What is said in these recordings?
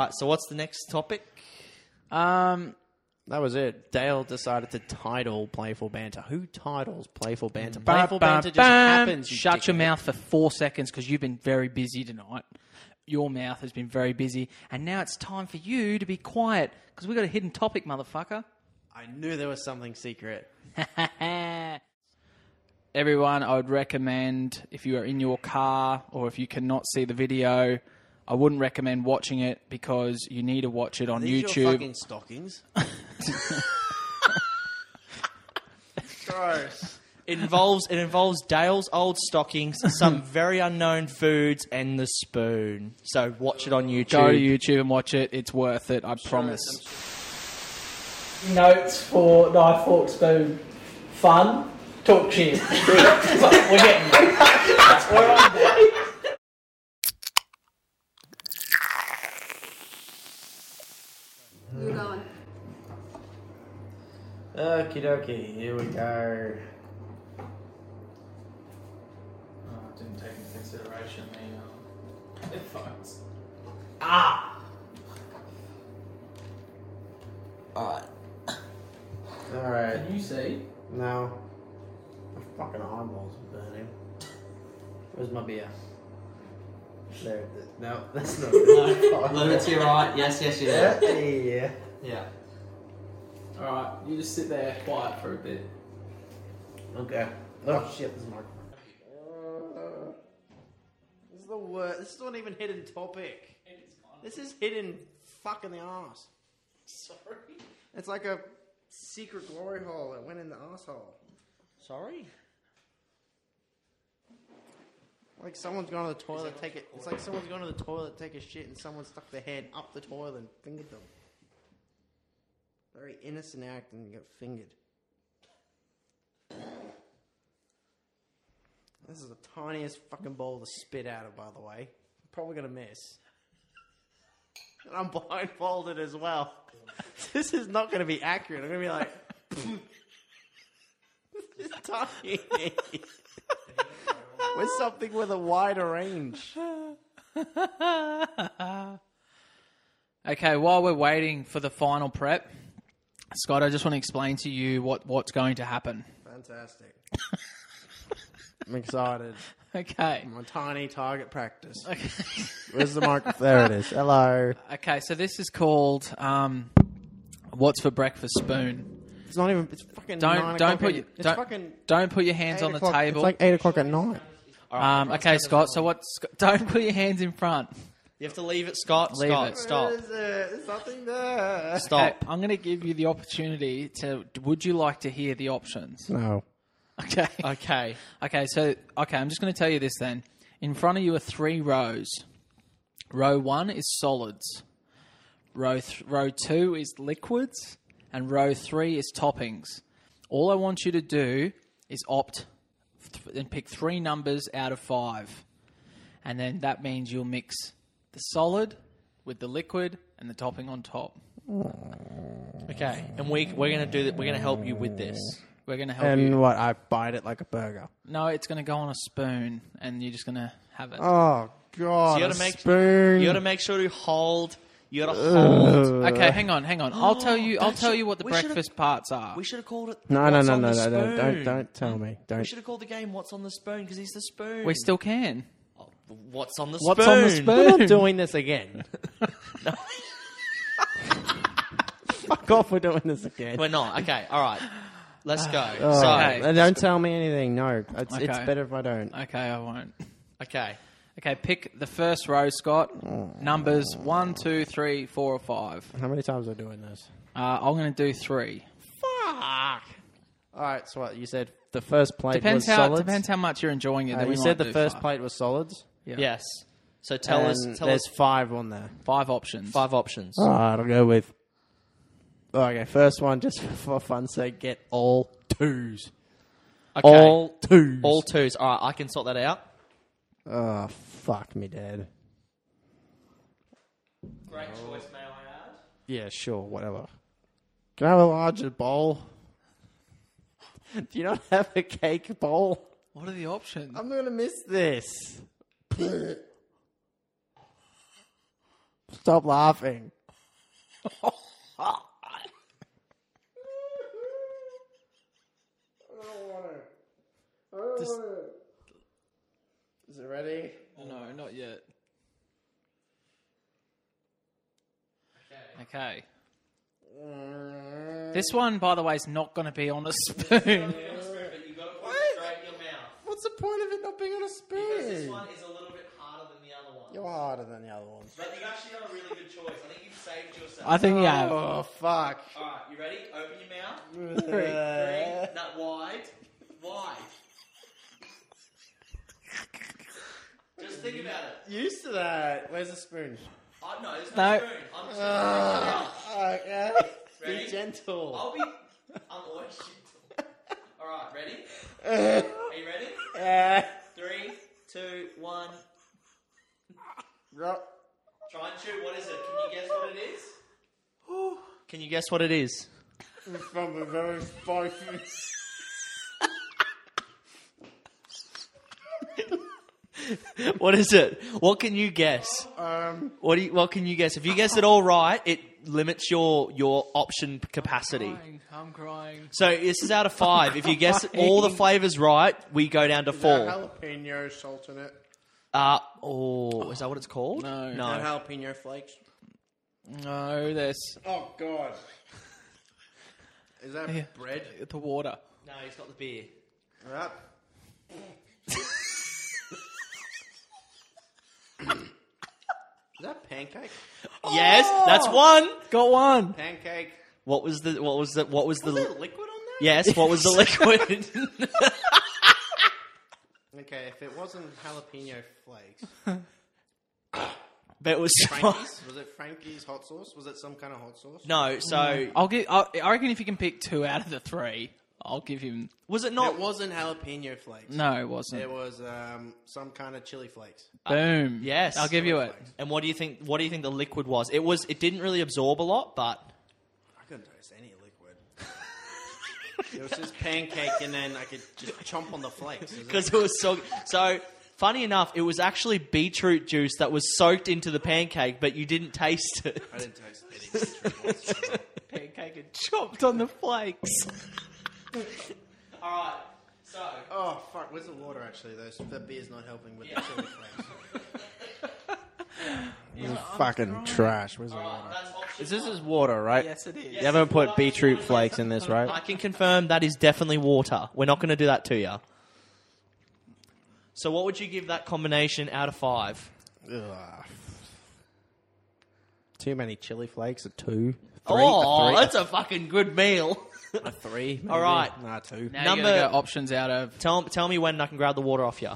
Uh, so what's the next topic? Um, that was it. Dale decided to title Playful Banter. Who titles Playful Banter? Playful Banter just happens. you Shut your dickhead. mouth for four seconds because you've been very busy tonight. Your mouth has been very busy, and now it's time for you to be quiet because we got a hidden topic, motherfucker. I knew there was something secret. Eh. Everyone, I would recommend if you are in your car or if you cannot see the video, I wouldn't recommend watching it because you need to watch it on These your YouTube. fucking stockings. Gross. It involves it involves Dale's old stockings, some very unknown foods, and the spoon. So watch it on YouTube. Go to YouTube and watch it. It's worth it. I promise. Notes for knife, fork, spoon. Fun. Talk cheap. We're getting You're going. Okie dokie, here we go. didn't take into consideration the um, headphones. Alright, Can you see? now. My fucking eyeballs are burning. Where's my beer? There it is. No, that's not Limit to your right. Yes, yes, you Yeah, do. yeah. Yeah. All right, you just sit there quiet for a bit. Okay. Oh shit, this microphone. Uh, This is the worst. This is not even hidden topic. This is hidden fucking the ass. Sorry. It's like a secret glory hole that went in the asshole. Sorry. Like someone's gone to the toilet, take it. It's like someone's gone to the toilet, take a shit, and someone stuck their hand up the toilet and fingered them. Very innocent act, and you got fingered. This is the tiniest fucking bowl to spit out of, by the way. I'm probably gonna miss. And I'm blindfolded as well. This is not gonna be accurate. I'm gonna be like, this is tiny. With something with a wider range. Okay, while we're waiting for the final prep, Scott, I just want to explain to you what, what's going to happen. Fantastic. I'm excited. Okay. My tiny target practice. Okay. Where's the mic? There it is. Hello. Okay, so this is called um, "What's for Breakfast Spoon." It's not even. It's fucking. Don't nine don't o'clock put in- your, It's don't, fucking. don't put your hands eight on the o'clock- table. It's like eight o'clock at night. um, okay, Scott. So what? Sc- Don't put your hands in front. You have to leave it, Scott. Leave Scott, it. stop. What is it? There's nothing there. Stop. Okay, I'm going to give you the opportunity to. Would you like to hear the options? Oh, No. Okay. Okay. Okay. So okay, I'm just going to tell you this then. In front of you are three rows. Row one is solids. Row th- row two is liquids, and row three is toppings. All I want you to do is opt th- and pick three numbers out of five, and then that means you'll mix the solid with the liquid and the topping on top. Okay. And we we're gonna do that. We're gonna help you with this. We're going to help you. And what? I bite it like a burger. No, it's going to go on a spoon, and you're just going to have it. Oh god. You a gotta make spoon. you gotta make sure to hold. You gotta hold. Uh, Okay, hang on, hang on. I'll tell you. I'll that tell should- you what the we should've- breakfast parts are. We should have called it. no, no, What's no, on no, the no, no! Don't, Spoon. don't tell me. We Don't. should have called the game "What's on the Spoon" because he's the spoon. Oh, We still can. What's on the What's spoon? on the We're spoon? not doing this again. Fuck off! We're doing this again. We're not. Okay. All right. Let's go. okay. So Uh, Don't tell me anything. No, it's, it's Okay. better if I don't. Okay, I won't. okay. Okay, pick the first row, Scott. Numbers one, two, three, four, or five. How many times are we doing this? Uh, I'm going to do three. Fuck. All right. So what you said? The first plate Depends was how solids. depends how much you're enjoying it. Uh, then you we might said the do first five. plate was solids. Yes. So tell us. and Tell us there's Oh. five on there. Five options. five options. All right. I'll go with. Oh, Okay. First one, just for fun's sake, get all twos. Okay. All twos. All twos. All right. I can sort that out. Oh fuck me, dad. Great choice, may I Yeah, sure, whatever. Can I have a larger bowl? Do you not have a cake bowl? What are the options? I'm gonna miss this. stop laughing. Is it ready? No, not yet. Okay. This one, by the way, is not going to be on a spoon. But you got to put it straight in your mouth. What's the point of it not being on a This spoon? one is a little bit harder than the other one. You're harder than the other ones. But you've actually done a really good choice. I think you've saved yourself. I think you have. Oh fuck! Alright, you ready? Open your mouth. Uh, Three. Not wide. Wide. Just think about it. used to that. Where's the spoon? I know, there's No. no, spoon. I'm just Okay. Ready? Be gentle. I'll be. I'm always shit. Alright, ready? Are you ready? Yeah. Three, two, one. Ro- Try and shoot. What is it? Can you guess what it is? Can you guess what it is? From a very focused. What is it? What can you guess? Um, What do you, what can you guess? If you guess it all right, it limits your your option capacity. I'm crying. So this is out of five. If you guess all the flavors right, we go down to four. jalapeno salt in it. Uh, oh, is that what it's called? No. And no. jalapeno flakes. No, there's Oh god. Is that Yeah. bread? the water. No, he's got the beer. Right. Is that pancake? Yes, that's one. Got one. Pancake. What was the? What was the? What was the? Is there liquid on that? yes. What was the liquid? Okay, if it wasn't jalapeno flakes, but it was Frankie's was it Frankie's hot sauce? Was it some kind of hot sauce? no. So I'll give. I, I reckon if you can pick two out of the three, I'll give him. was it it not? wasn't jalapeno flakes. No, it wasn't. it was um, some kind of chili flakes. Boom. yes. I'll give you it. And what do you think? What do you think the liquid was? It was. It didn't really absorb a lot, but I couldn't taste any liquid. it was just pancake, and then I could just chomp on the flakes. Is it- because it was so. So funny enough, it was actually beetroot juice that was soaked into the pancake, but you didn't taste it. I didn't taste any. whatsoever. Pancake and chopped on the flakes. All right. So oh fuck! Where's the water? Actually, those the beer's not helping with the chili flakes. fucking trash. Where's the water? that's option. This is water, right? Yes, it is. You haven't put beetroot flakes in this, I right? can confirm that is definitely water. We're not going to do that to you. So, what would you give that combination out of five? Ugh. Too many chili flakes. A two. oh, that's a fucking good meal. A three. Maybe. All right. Nah, two. Now you Number- gotta go options out of. Tell, tell me when I can grab the water off you.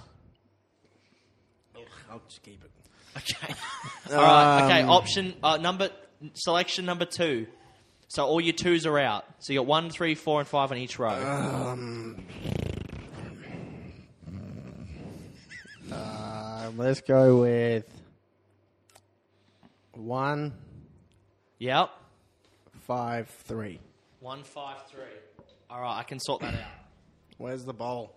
I'll just keep it. Okay. all right. Um, Okay. Option uh, number selection number two. So all your twos are out. So you got one, three, four, and five on each row. Uh. Um, let's go with one, yep. five, three. One, five, three. All right. I can sort that out. Where's the bowl?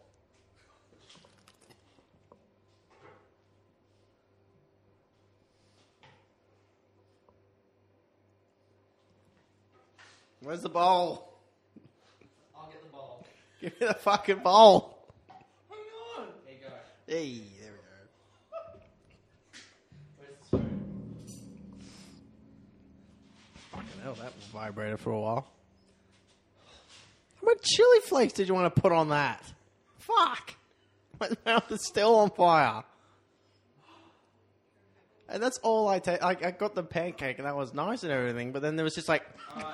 Where's the bowl? I'll get the bowl. Give me the fucking bowl. Hang on. There you go. Hey, there we go. Where's the spoon? Fucking hell, that vibrated for a while. How much chili flakes did you want to put on that? Fuck! My mouth is still on fire. And that's all I take. I, I got the pancake and that was nice and everything, but then there was just like,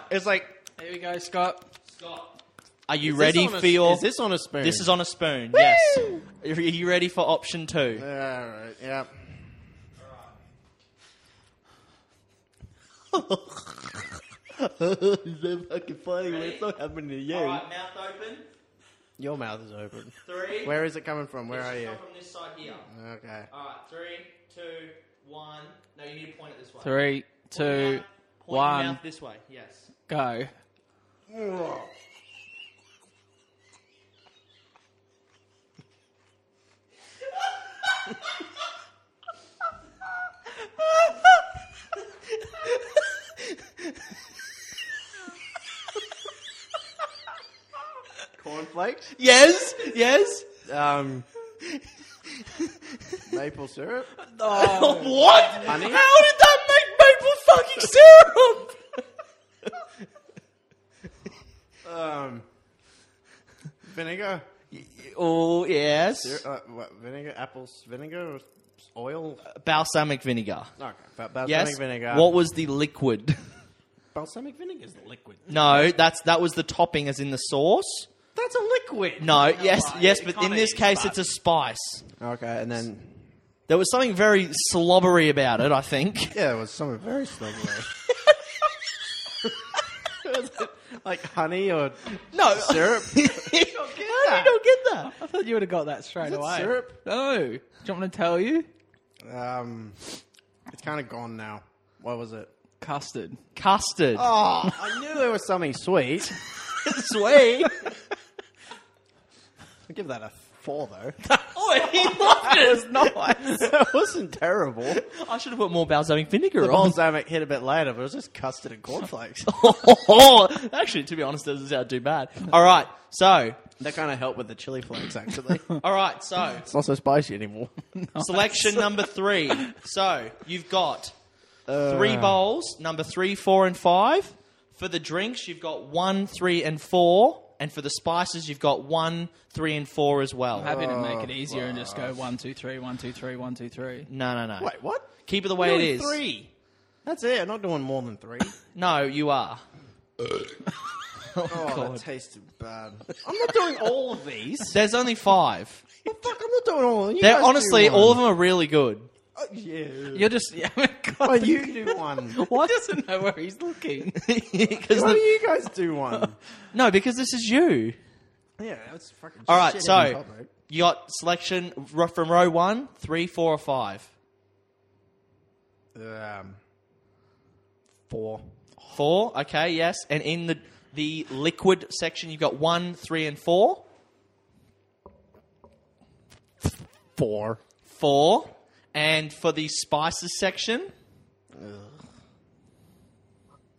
it's like Here we go, Scott. Scott. Are you is this ready on a- for your? Is this on a spoon? This is on a spoon. Yes. Are you ready for option two? All right. Yeah. is that fucking funny? Ready? It's not happening to you. All right. Mouth open. Your mouth is open. Three. Where is it coming from? Where It's are just you? come From this side here. Okay. All right. Three, two, one. No, you need to point it this way. Three, Point two, your mouth- point one, Your mouth this way. Yes. go. Cornflakes? Yes, yes. Um, maple syrup? Oh. what? How did that make maple fucking syrup? Um, vinegar? oh yes, Syrup- Uh, what, vinegar? Apples? Vinegar? or Oil? Balsamic vinegar. Okay. ba- Balsamic Yes. vinegar. What was the liquid? Balsamic vinegar is the liquid. No, that's that was the topping, as in the sauce. That's a liquid. No, yes, right. yes, It but in kinda this is, case, but- it's a spice. Okay, and then There was something very slobbery about it. I think. yeah, it was something very slippery. like honey or No syrup? How did you not get that? I thought you would have got that straight away. syrup? No. Do you want me to tell you? Um, it's kind of gone now. What was it? Custard. Custard. Oh, I knew there was something sweet. sweet. I'll give that a four though. oh, he loved it. that wasn't terrible. I should have put more balsamic vinegar The on. balsamic hit a bit later, but it was just custard and cornflakes. Oh, Actually, to be honest, that doesn't sound too bad. All right, so, that kind of helped with the chili flakes, actually. all right, so, it's not so spicy anymore. selection number three. So, you've got three Uh. bowls, number three, four, and five. For the drinks, you've got one, three, and four. And for the spices, you've got one, three, and four as well. I'm happy to make it easier and just go one, two, three, one, two, three, one, two, three. No, no, no. Wait, what? Keep it the way it Doing is. Three. That's it. I'm not doing more than three. No, you are. oh, that tasted bad. I'm not doing all of these. There's only five. Well, fuck, I'm not doing all of them. You guys They're do honestly, one. all of them are really good. Oh, yeah. You're just yeah. Why God, you do one? why doesn't know where he's looking? 'Cause Why do the- you guys do one? no, because this is you. Yeah, that's fucking All right, shit so- in public. You got selection ro- from row one, three, four, or five. Um, four. Four, okay, yes. And in the the liquid section, you've got one, three, and four. Four. Four. And for the spices section,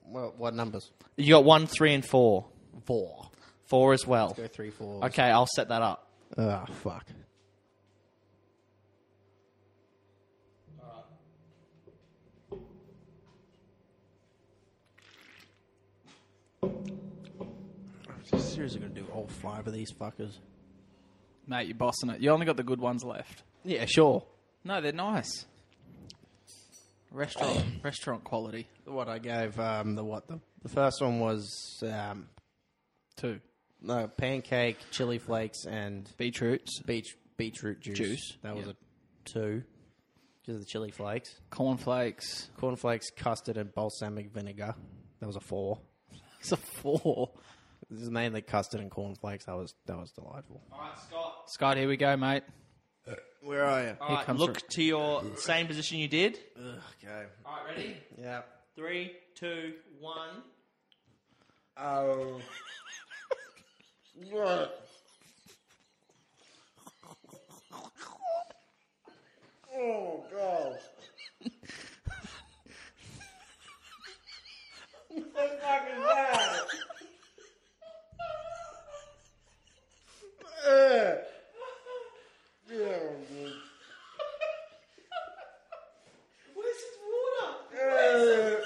Well, what numbers? you got one, three, and four. Four. Four as well. Go three, four. Okay, I'll set that up. Ah, fuck. I'm seriously gonna do all five of these fuckers. Mate, you're bossing it. You only got the good ones left. Yeah, sure. No, they're nice. Restaurant restaurant quality. What I gave um, the what the, the first one was um, Two. no pancake, chili flakes, and Beetroots. beach beetroot juice. Juice, That was yeah. a two because of the chili flakes. Cornflakes. cornflakes, custard, and balsamic vinegar. That was a four. It's a four. This is mainly custard and cornflakes. That was that was delightful. All right, Scott. Scott, here we go, mate. Where are you? All right, comes look to your same position you did. Okay. All right, ready? Yeah. Three, two, one. Oh. oh god. what the fuck is that? Ugh. Yeah, Where's his water?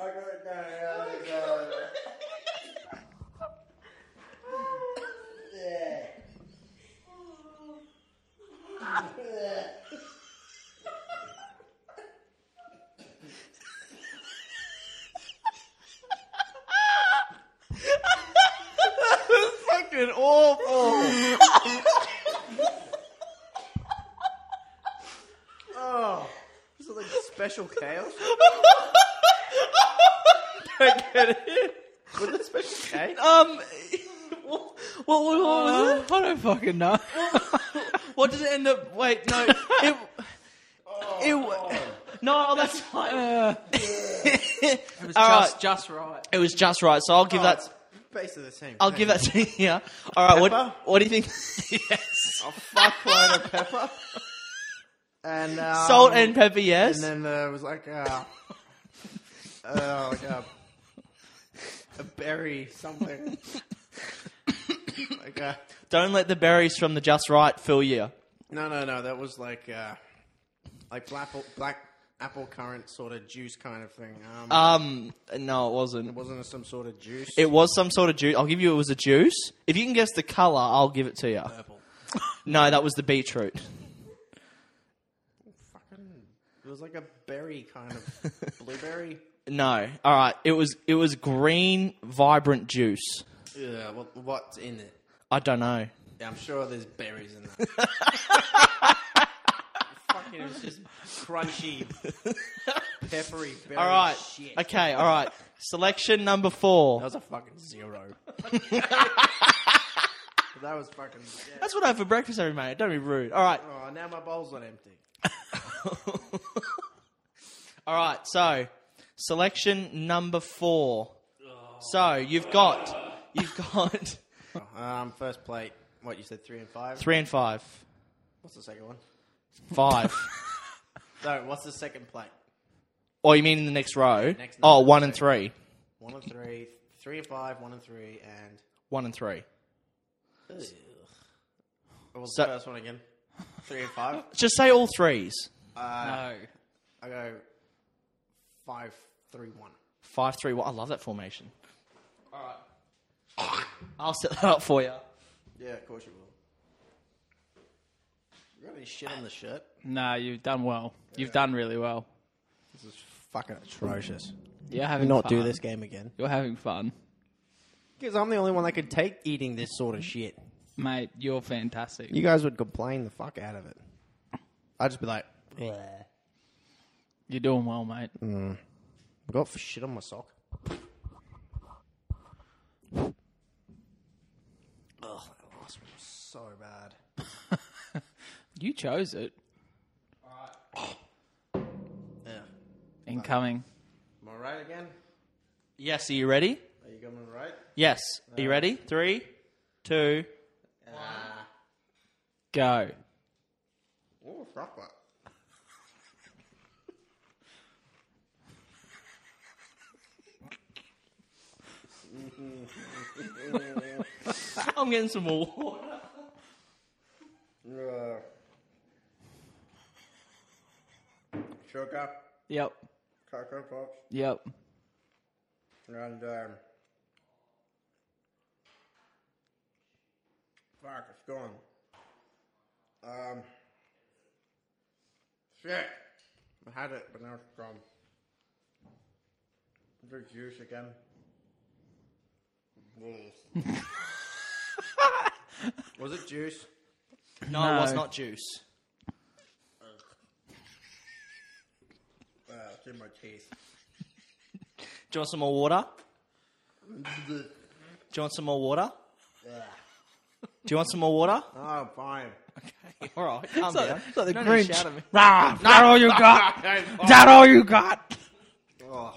I got it down here. Yeah. Fucking awful. oh. Is it like special chaos? Don't get it. Was it special chaos? Um, what, what, what was it? Uh, I don't fucking know. What did it end up? Wait, no, it, it, no, oh, that's fine. It was All just right. just right. It was just right, so I'll give that. That's basically the same. I'll give that to you. Yeah. All right. Pepper? What? What do you think? yes. fuckload of pepper. And um, Salt and pepper. Yes. And then there was like uh, uh, like a, a berry something. like uh, a, Don't let the berries from the Just Right fill you. no, no, no. That was like uh, like black black apple currant sort of juice kind of thing. Um, Um, no, it wasn't. wasn't it some sort of juice? It was some sort of juice. I'll give you it was a juice. If you can guess the color, I'll give it to you. purple. No, that was the beetroot. Fucking. It was like a berry kind of blueberry. No. All right. It was it was green vibrant juice. Yeah. What, what's in it? I don't know. Yeah, I'm sure there's berries in that. Fucking, it was just crunchy, peppery. Berry All right. Shit. Okay. All right. Selection number four. That was a fucking zero. that was fucking. Yeah. That's what I have for breakfast every morning. Don't be rude. All right. Oh, now my bowl's not empty. All right. So selection number four. So you've got you've got Um, first plate. What you said, three and five. three and five, What's the second one? five. No, what's the second plate? oh, you mean in the next row? Next oh, number, one and okay. three. One and three, three and five, one and three, and. One and three. What was So- the first one again? Three and five. Just say all threes. No. I go five, three, one. Five, three, one. I love that formation. All right. I'll set that up for you. Yeah, of course you will. You got any shit on the shirt? No, you've done well. You've done really well. This is fucking atrocious. You're having Not fun. do this game again. You're having fun. Because I'm the only one that could take eating this sort of shit. Mate, you're fantastic. You guys would complain the fuck out of it. I'd just be like, "Bleh." You're doing well, mate. I got shit on my sock. Ugh, that last one was so bad. You chose it. Yeah. Incoming. Am I right again? Yes. Are you ready? Are you going right? Yes. Are you ready? Three, two. Go. Oh, fuck that. I'm getting some more water. Uh, sugar, Yep. cocoa pops, Yep. and um, fuck, it's gone. Um, shit, I had it, but now it's gone. The juice again. Ugh. Was it juice? No, it was No. not juice. Uh, it's in my teeth. Do you want some more water? Ugh. Do you want some more water? Do you want some more water? Oh, fine. All right, calm down. the No need to shout at me. Rah, that all you got? Is that all you got? Oh,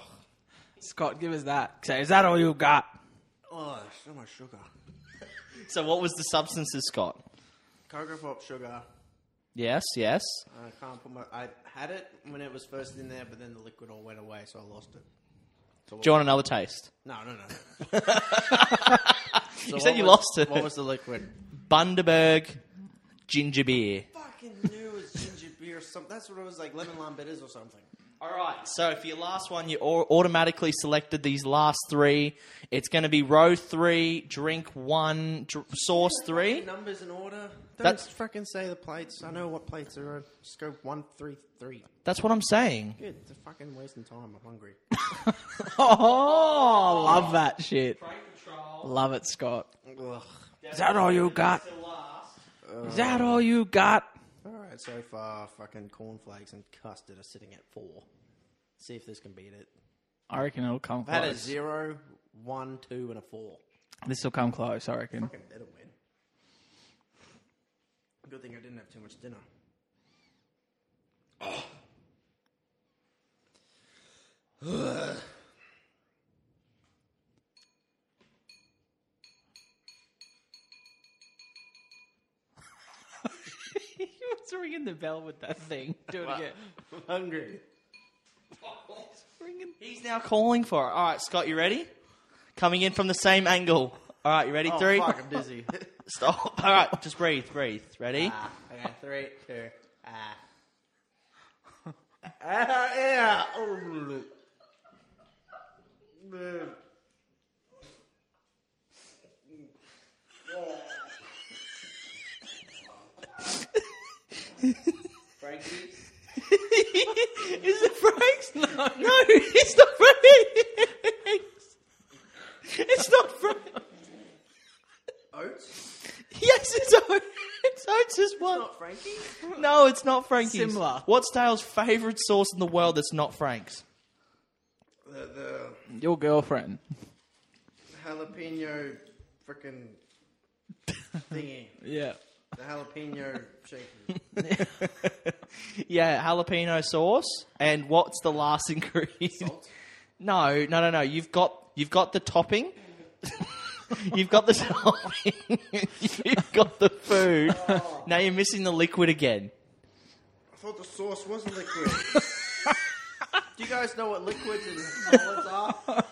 Scott, give us that. Say, is that all you got? oh, so much sugar. So, what was the substances, Scott? Cocoa pop sugar. Yes, yes. I can't put my. I had it when it was first in there, but then the liquid all went away, so I lost it. Do you want another taste? No, no, no. so You what said you was- lost it. What was the liquid? Bundaberg ginger beer. Fucking knew it was ginger beer or something. That's what it was like, lemon lime bitters or something. All right. So for your last one, you au- automatically selected these last three. It's going to be row three, drink one, dr- source three. Numbers in order. Don't That's- fucking say the plates. I know what plates are on. Just go one, three, three. That's what I'm saying. Good. They're fucking wasting time. I'm hungry. Oh, love that shit. Love it, Scott. Ugh. Is that all you got? Is that all you got? All right, so far, fucking cornflakes and custard are sitting at four. See if this can beat it. I reckon it'll come I had a close. zero, one, two, and a four. This will come close, I reckon. Fucking better win. Good thing I didn't have too much dinner. he was ringing the bell with that thing. Do it again. Hungry. He's He's now calling for it. All right, Scott, you ready? Coming in from the same angle. All right, you ready? Oh, Three. fuck, I'm dizzy. Stop. All right, just breathe, breathe. Ready? ah, okay, three, two, ah. ah, yeah. Oh. Man. Is it Frank's? No. No, it's not Frank's. It's not Frank's. Oats? Yes, it's Oates. It's Oates' one. Not Frankie? No, it's not Frankie's. Similar. What's Dale's favourite sauce in the world that's not Frank's? The, the Your girlfriend. jalapeno frickin' thingy. Yeah. The jalapeno shaker. Yeah, jalapeno sauce. And what's the last ingredient? Salt? No, no, no, no. You've got you've got the topping. you've got the topping. you've got the food. Now you're missing the liquid again. I thought the sauce was liquid. Do you guys know what liquids and solids are?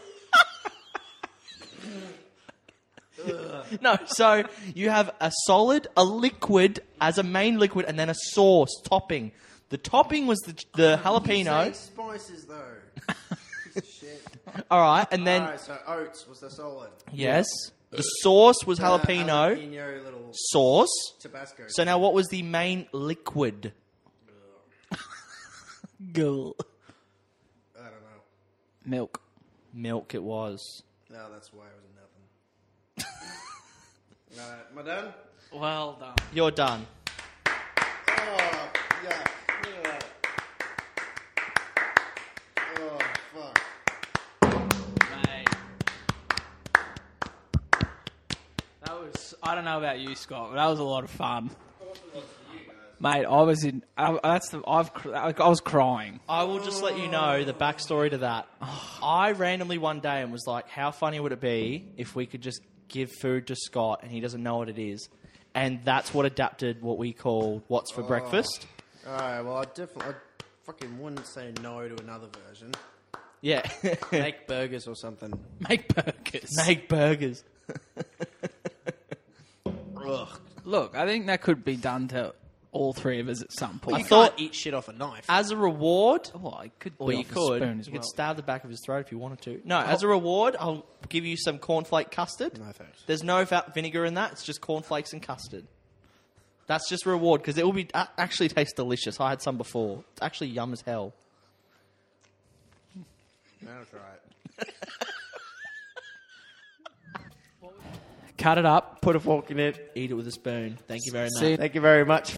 No, so you have a solid, a liquid as a main liquid, and then a sauce topping. The topping was the the Say jalapeno. spices though. Piece of shit. All right, and then Alright, so oats was the solid. yes, the sauce was Uh, jalapeno jalapeno little sauce. Tabasco. So now, what was the main liquid? Girl. I don't know. Milk. Milk. It was. No, that's why it was nothing. Alright, am I done? Well done. You're done. Oh, yuck. Look at that. Oh, fuck. That was, I don't know about you, Scott, but that was a lot of fun. Mate, I was in. I, that's the. I've. cr- like, I was crying. I will just let you know the backstory to that. I randomly one day and was like, how funny would it be if we could just give food to Scott and he doesn't know what it is? And that's what adapted what we called What's Oh. for Breakfast. Alright, well, I definitely. I fucking wouldn't say no to another version. Yeah. Make burgers or something. Make burgers. Make burgers. Ugh. Look, I think that could be done to all three of us at some You point. thought- can't eat shit off a knife. As a reward, Well, it could be or you off a could, spoon as you well. Oh. could stab the back of his throat if you wanted to. No, as a reward, I'll give you some cornflake custard. no thanks. There's no va- vinegar in that. It's just cornflakes and custard. That's just reward because it will be a- actually tastes delicious. I had some before. It's actually yum as hell. That's right. Cut it up. Put a fork in it. Eat it with a spoon. Thank you very much. See you Thank you very much.